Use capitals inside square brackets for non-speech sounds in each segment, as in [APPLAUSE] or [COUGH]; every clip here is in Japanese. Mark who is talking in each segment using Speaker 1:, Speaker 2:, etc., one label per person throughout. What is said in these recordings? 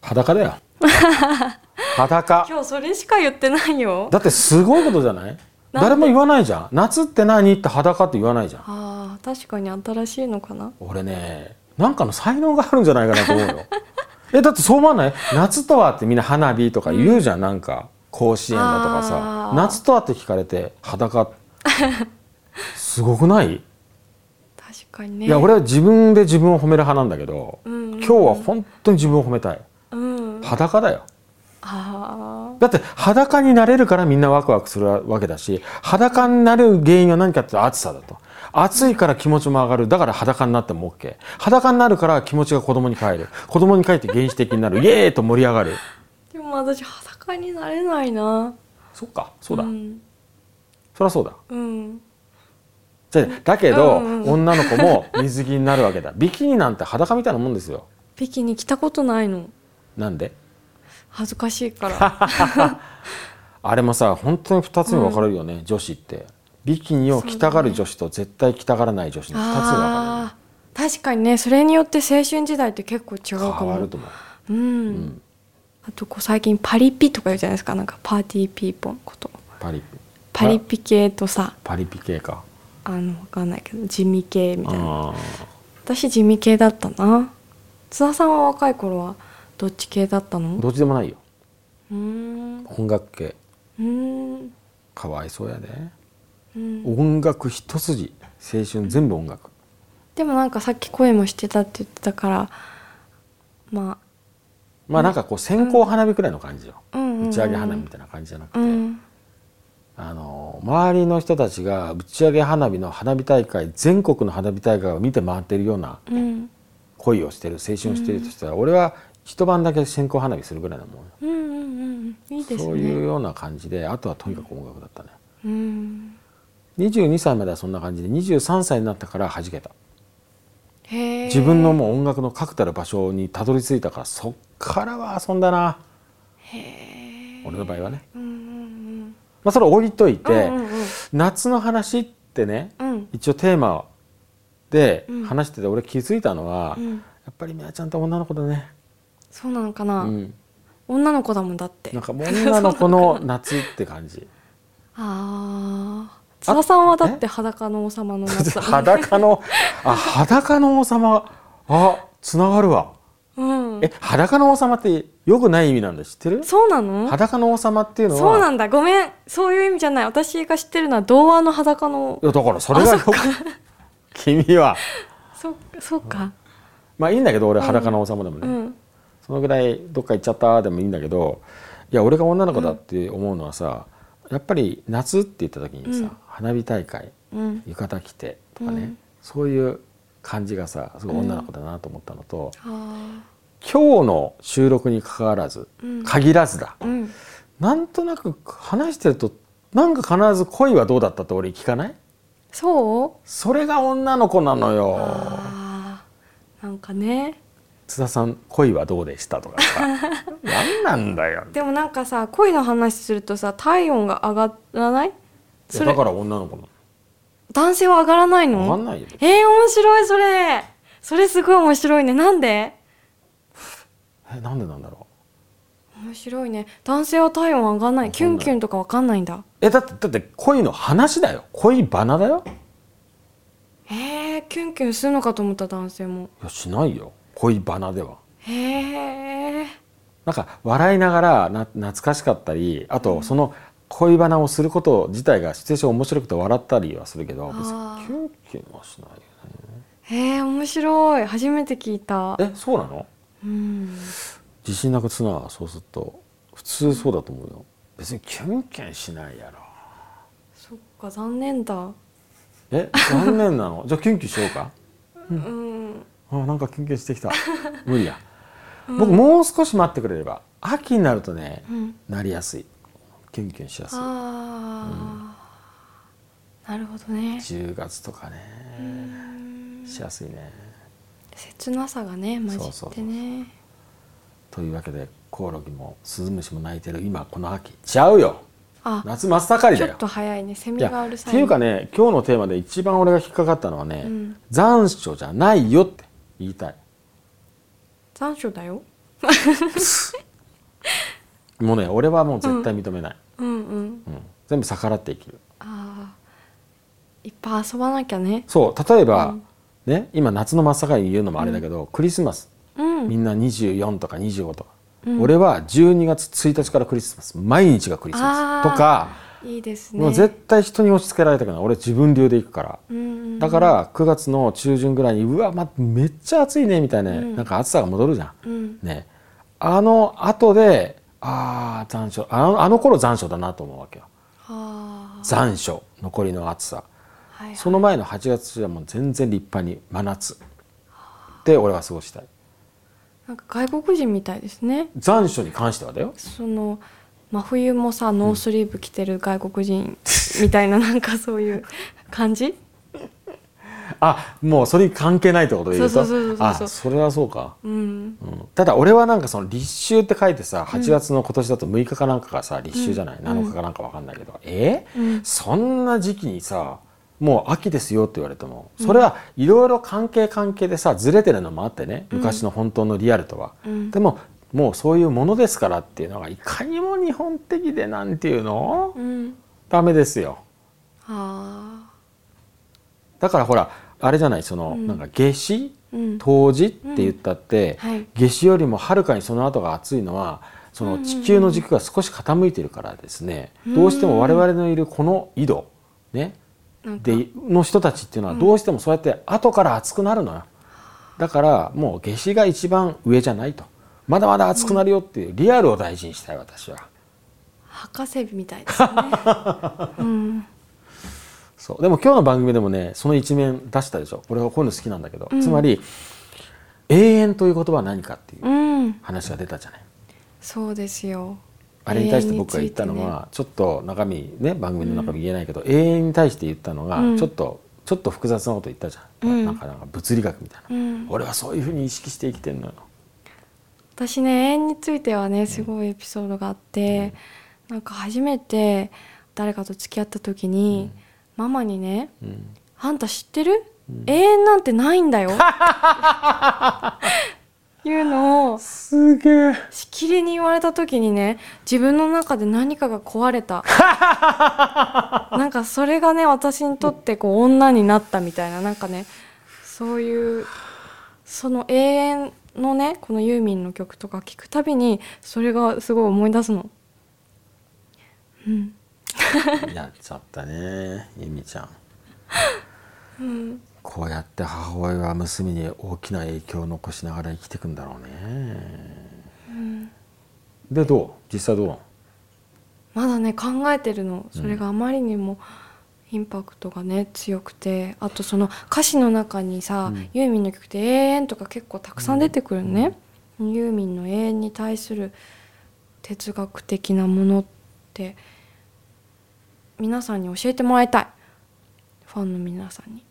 Speaker 1: 裸
Speaker 2: [LAUGHS]
Speaker 1: だよ裸
Speaker 2: 今日それしか言ってないよ
Speaker 1: だってすごいことじゃない誰も言わないじゃん夏って何って裸って言わないじゃん
Speaker 2: あー確かに新しいのかな
Speaker 1: 俺ねなんかの才能があるんじゃないかなと思う
Speaker 2: [LAUGHS]
Speaker 1: よえだってそう思わない夏とはってみんな花火とか言うじゃん、なんか甲子園だとかさ
Speaker 2: あー
Speaker 1: 夏とはって聞かれて裸
Speaker 2: [LAUGHS]
Speaker 1: すごくない、
Speaker 2: 確かにね
Speaker 1: いや俺は自分で自分を褒める派なんだけど、
Speaker 2: うんうん
Speaker 1: 今日は本当に自分を褒めたい
Speaker 2: うん
Speaker 1: 裸だよ
Speaker 2: あ
Speaker 1: だって裸になれるからみんなワクワクするわけだし裸になる原因は何かって言ったら暑さだと暑いから気持ちも上がるだから裸になっても OK 裸になるから気持ちが子供に帰る子供に帰って原始的になるイエーイと盛り上がる
Speaker 2: ーでも私裸になれないな
Speaker 1: そっかそうだ、
Speaker 2: ん、
Speaker 1: そりゃそうだ
Speaker 2: うん、
Speaker 1: じゃあだけど、
Speaker 2: うんうん
Speaker 1: 女の子も水着になるわけだビキニなんて裸みたいなもんですよ
Speaker 2: 北京に来たことないの
Speaker 1: なんで
Speaker 2: 恥ずかしいから
Speaker 1: [LAUGHS] あれもさ本当に2つに分かれるよね、女子ってビキニを着たがる女子と絶対着たがらない女子の2つに分かれるよね
Speaker 2: あー確かにねそれによって青春時代って結構違うか
Speaker 1: 変わ
Speaker 2: も
Speaker 1: ると思う
Speaker 2: うん、あとこう最近パリピとか言うじゃないですかなんかパーティーピーポンこと
Speaker 1: パリ
Speaker 2: パリピ系とさ
Speaker 1: パリピ系か
Speaker 2: あのわかんないけど地味系みたいな
Speaker 1: あ
Speaker 2: 私地味系だったな津田さんは若い頃はどっち系だったの
Speaker 1: どっちでもないよ
Speaker 2: うーんう
Speaker 1: 音楽系
Speaker 2: ーん
Speaker 1: かわいそうやで、
Speaker 2: うん
Speaker 1: 音楽一筋青春全部音楽
Speaker 2: でもなんかさっき声もしてたって言ってたからま
Speaker 1: まあなんかこう線香花火くらいの感じよ、
Speaker 2: あうんうんうん
Speaker 1: 打ち上げ花火みたいな感じじゃなくて、
Speaker 2: うん
Speaker 1: あの周りの人たちが打ち上げ花火の花火大会全国の花火大会を見て回ってるような
Speaker 2: うん
Speaker 1: 恋をしてる青春をしてるとしたら、俺は一晩だけ線香花火するぐらいだもん、
Speaker 2: うんうんうんいいですね
Speaker 1: そういうような感じであとはとにかく音楽だったね、
Speaker 2: うん
Speaker 1: 22歳まではそんな感じで23歳になったから弾けた
Speaker 2: へえ
Speaker 1: 自分のもう音楽の確たる場所にたどり着いたからそっからは遊んだな俺の場合はね、
Speaker 2: うんうん
Speaker 1: まあ、それ置いといて、
Speaker 2: うんうんうん
Speaker 1: 夏の話ってね
Speaker 2: うんうん
Speaker 1: 一応テーマで
Speaker 2: うん
Speaker 1: 話してて俺気づいたのは、
Speaker 2: う
Speaker 1: や
Speaker 2: ん
Speaker 1: っぱりみやちゃんって女の子だね、
Speaker 2: そうなのか
Speaker 1: う
Speaker 2: な、
Speaker 1: ん、
Speaker 2: 女の子だもんだって
Speaker 1: なんかもう女の子
Speaker 2: [LAUGHS]
Speaker 1: の夏って感じ
Speaker 2: ああ津田さんはだって裸の王様の
Speaker 1: [LAUGHS]
Speaker 2: 夏
Speaker 1: 裸のあ裸の王様あつながるわ
Speaker 2: うん
Speaker 1: え裸の王様ってよくない意味なんだ知ってる
Speaker 2: そうなの
Speaker 1: 裸の王様っていうのは
Speaker 2: そうなんだごめんそういう意味じゃない私が知ってるのは童話の裸の
Speaker 1: いやだからそれがよく [LAUGHS] 君は
Speaker 2: そそうか
Speaker 1: まあいいんだけど俺裸の王様でもね、
Speaker 2: うん
Speaker 1: そのぐらいどっか行っちゃったでもいいんだけどいや俺が女の子だって思うのはさ、やっぱり夏って言った時にさ、
Speaker 2: うん
Speaker 1: 花火大会
Speaker 2: うん
Speaker 1: 浴衣着てとかね、
Speaker 2: うん
Speaker 1: そういう感じがさすごい女の子だなと思ったのと、
Speaker 2: あ
Speaker 1: 今日の収録に関わらず
Speaker 2: ーうん
Speaker 1: 限らずだ、
Speaker 2: うん
Speaker 1: なんとなく話してるとなんか必ず恋はどうだったって俺聞かない
Speaker 2: そう
Speaker 1: それが女の子なのよ。
Speaker 2: あーなんかね
Speaker 1: 津田さん恋はどうでしたとか
Speaker 2: [LAUGHS]
Speaker 1: さ何なんだよ
Speaker 2: でもなんかさ恋の話するとさ体温が上がらないそれ
Speaker 1: だから女の子な
Speaker 2: 男性は上がらない
Speaker 1: の
Speaker 2: の
Speaker 1: 分かんないよ
Speaker 2: えー、面白いそれそれすごい面白いねなんで
Speaker 1: えなんでなんだろう
Speaker 2: 面白いね男性は体温上がらないキュンキュンとかわかんないんだ
Speaker 1: えだってだって恋の話だよ恋バナだよ
Speaker 2: へえキュンキュンするのかと思った男性も
Speaker 1: いやしないよ恋バナでは
Speaker 2: へえ
Speaker 1: なんか笑いながらな懐かしかったりあとその恋バナをすること自体がシチュエーション面白くて笑ったりはするけど別に
Speaker 2: あー
Speaker 1: キュンキュンはしないよ
Speaker 2: へえ面白い初めて聞いた
Speaker 1: ねえそうなの
Speaker 2: うん
Speaker 1: 自信なくすなそうすると普通そうだと思うよ別にキュンキュンしないやろ
Speaker 2: そっか残念だ
Speaker 1: え残念なの [LAUGHS] じゃあキュンキュンしようか
Speaker 2: うん
Speaker 1: あなんかキュンキュンしてき
Speaker 2: [LAUGHS]
Speaker 1: た無理や僕もう少し待ってくれれば秋になるとね、
Speaker 2: うん
Speaker 1: なりやすいキュンキュンしやすい
Speaker 2: ああ、なるほどね
Speaker 1: 10月とかねしやすいね
Speaker 2: 切なさがね混じって
Speaker 1: そ
Speaker 2: ね
Speaker 1: うそうそうというわけでコオロギもスズムシも鳴いてる今この秋ちゃうよ
Speaker 2: あ
Speaker 1: 夏真っ盛り
Speaker 2: ちょ
Speaker 1: だ
Speaker 2: っ
Speaker 1: よ
Speaker 2: と早いねセ
Speaker 1: い
Speaker 2: ミが
Speaker 1: や
Speaker 2: うる
Speaker 1: っ
Speaker 2: さ
Speaker 1: て
Speaker 2: い、
Speaker 1: いうかね今日のテーマで一番俺が引っかかったのはね、
Speaker 2: うん
Speaker 1: 残暑じゃないよって言いたい
Speaker 2: 残暑だよ
Speaker 1: もうね俺はもう絶対認めない、
Speaker 2: うんうん
Speaker 1: うん全部逆らって生きる
Speaker 2: あーいっぱい遊ばなきゃね
Speaker 1: そう例えば、
Speaker 2: うん
Speaker 1: ね今夏の真っ盛りに言うのもあれだけど、クリスマス
Speaker 2: うん
Speaker 1: みんな24とか25とか、
Speaker 2: うん
Speaker 1: 俺は12月1日からクリスマス毎日がクリスマス
Speaker 2: あー
Speaker 1: とか、
Speaker 2: いいですね
Speaker 1: もう絶対人に押し付けられたくない俺自分流で行くから。
Speaker 2: うんうん
Speaker 1: だから9月の中旬ぐらいにうわ、ま、めっちゃ暑いねみたいな、
Speaker 2: うん
Speaker 1: なんか暑さが戻るじゃん、
Speaker 2: うん
Speaker 1: ね、あの後でああ残暑あのあの頃残暑だなと思うわけよ
Speaker 2: あー
Speaker 1: 残暑残りの暑さ
Speaker 2: はいはい
Speaker 1: その前の8月はもう全然立派に真夏で俺は過ごしたい
Speaker 2: なんか外国人みたいですね
Speaker 1: 残暑に関してはだよ
Speaker 2: その真冬もさノースリーブ着てる外
Speaker 1: [LAUGHS]
Speaker 2: 国人みたいな、なんかそういう感じ
Speaker 1: あもうそれに関係ないってことで言うと
Speaker 2: そうそうそうそう
Speaker 1: あ
Speaker 2: そう
Speaker 1: それはそうか
Speaker 2: うん
Speaker 1: うんただ俺はなんかその立秋って書いてさ8月の今年だと6日かなんかがさ立秋じゃない、7日かなんかわかんないけど、え
Speaker 2: うん
Speaker 1: そんな時期にさもう秋ですよって言われてもそれはいろいろ関係関係でさずれてるのもあってね昔の本当のリアルとは、
Speaker 2: うん
Speaker 1: でももうそういうものですからっていうのがいかにも日本的でなんていうの、
Speaker 2: うん
Speaker 1: ダメですよ
Speaker 2: あ
Speaker 1: だからほらあれじゃないその、
Speaker 2: うん
Speaker 1: なんか夏至
Speaker 2: ーうん
Speaker 1: 冬至って言ったって、
Speaker 2: うんはい
Speaker 1: 夏至よりもはるかにその後が暑いのはそ
Speaker 2: うん
Speaker 1: の
Speaker 2: うんうん
Speaker 1: 地球の軸が少し傾いてるからですね、
Speaker 2: うん
Speaker 1: どうしても我々のいるこの緯度、ね、
Speaker 2: なんか
Speaker 1: での人たちっていうのはどうしてもそうやって後から暑くなるのよ、だからもう夏至が一番上じゃないとまだまだ暑くなるよっていうリアルを大事にしたい私は。
Speaker 2: 博士みた
Speaker 1: [LAUGHS]
Speaker 2: いですね、うん、
Speaker 1: そうでも今日の番組でもねその一面出したでしょ俺はこういうの好きなんだけど、
Speaker 2: うん
Speaker 1: つまり永遠という言葉は何かっていう
Speaker 2: うん、
Speaker 1: 話が出たじゃない、
Speaker 2: そうですよ
Speaker 1: あれに対して僕が言ったのは、ちょっと中身ね番組の中身言えないけど、永遠に対して言ったのが、
Speaker 2: うん
Speaker 1: ちょっとちょっと複雑なこと言ったじゃん、
Speaker 2: うん
Speaker 1: なんかなんか物理学みたいな、
Speaker 2: 永遠についてね、うん、
Speaker 1: 俺はそういうふうに意識して生きてるのよ、
Speaker 2: 私ね永遠についてはねすごいエピソードがあって、なんか初めて誰かと付き合った時に、ママにね
Speaker 1: うん
Speaker 2: 「あんた知ってる、永遠なんてないんだよ」いうのを
Speaker 1: すげえ
Speaker 2: しきりに言われた時にね自分の中で何かが壊れたなんかそれがね私にとってこう女になったみたいななんかねそういうその永遠のねこのユーミンの曲とか聴くたびにそれがすごい思い出すの。うん
Speaker 1: やっちゃったねゆみちゃん、こうやって母親は娘に大きな影響を残しながら生きていくんだろうね、でどう実際どうなの
Speaker 2: まだね考えてるのそれがあまりにもインパクトがね強くてあとその歌詞の中にさ、
Speaker 1: うん
Speaker 2: ユーミンの曲って「永遠」とか結構たくさん出てくるのね、ユーミンの永遠に対する哲学的なものって皆さんに教えてもらいたいファンの皆さんに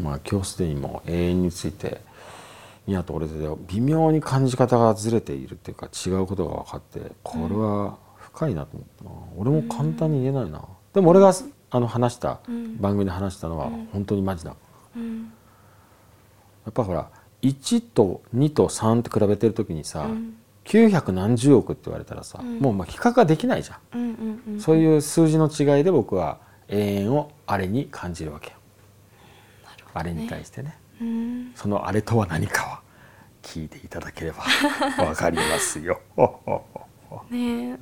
Speaker 1: まあ今日すでにもう永遠についてニアと俺で微妙に感じ方がずれているっていうか違うことが分かってこれは深いなと思ったな、俺も簡単に言えないな、でも俺があの話した、
Speaker 2: うん
Speaker 1: 番組で話したのは
Speaker 2: うん
Speaker 1: 本当にマジだ、
Speaker 2: うん
Speaker 1: やっぱほら1と2と3って比べてる時に
Speaker 2: う
Speaker 1: さ、
Speaker 2: ん
Speaker 1: 900何十億って言われたらさ、
Speaker 2: うん
Speaker 1: もうまあ比較ができないじゃん、
Speaker 2: うんうんうん
Speaker 1: そういう数字の違いで僕は永遠をあれに感じるわけよ、あれに対してね
Speaker 2: うん
Speaker 1: そのあれとは何かは [LAUGHS] 聞いていただければわかりますよ。
Speaker 2: ねえ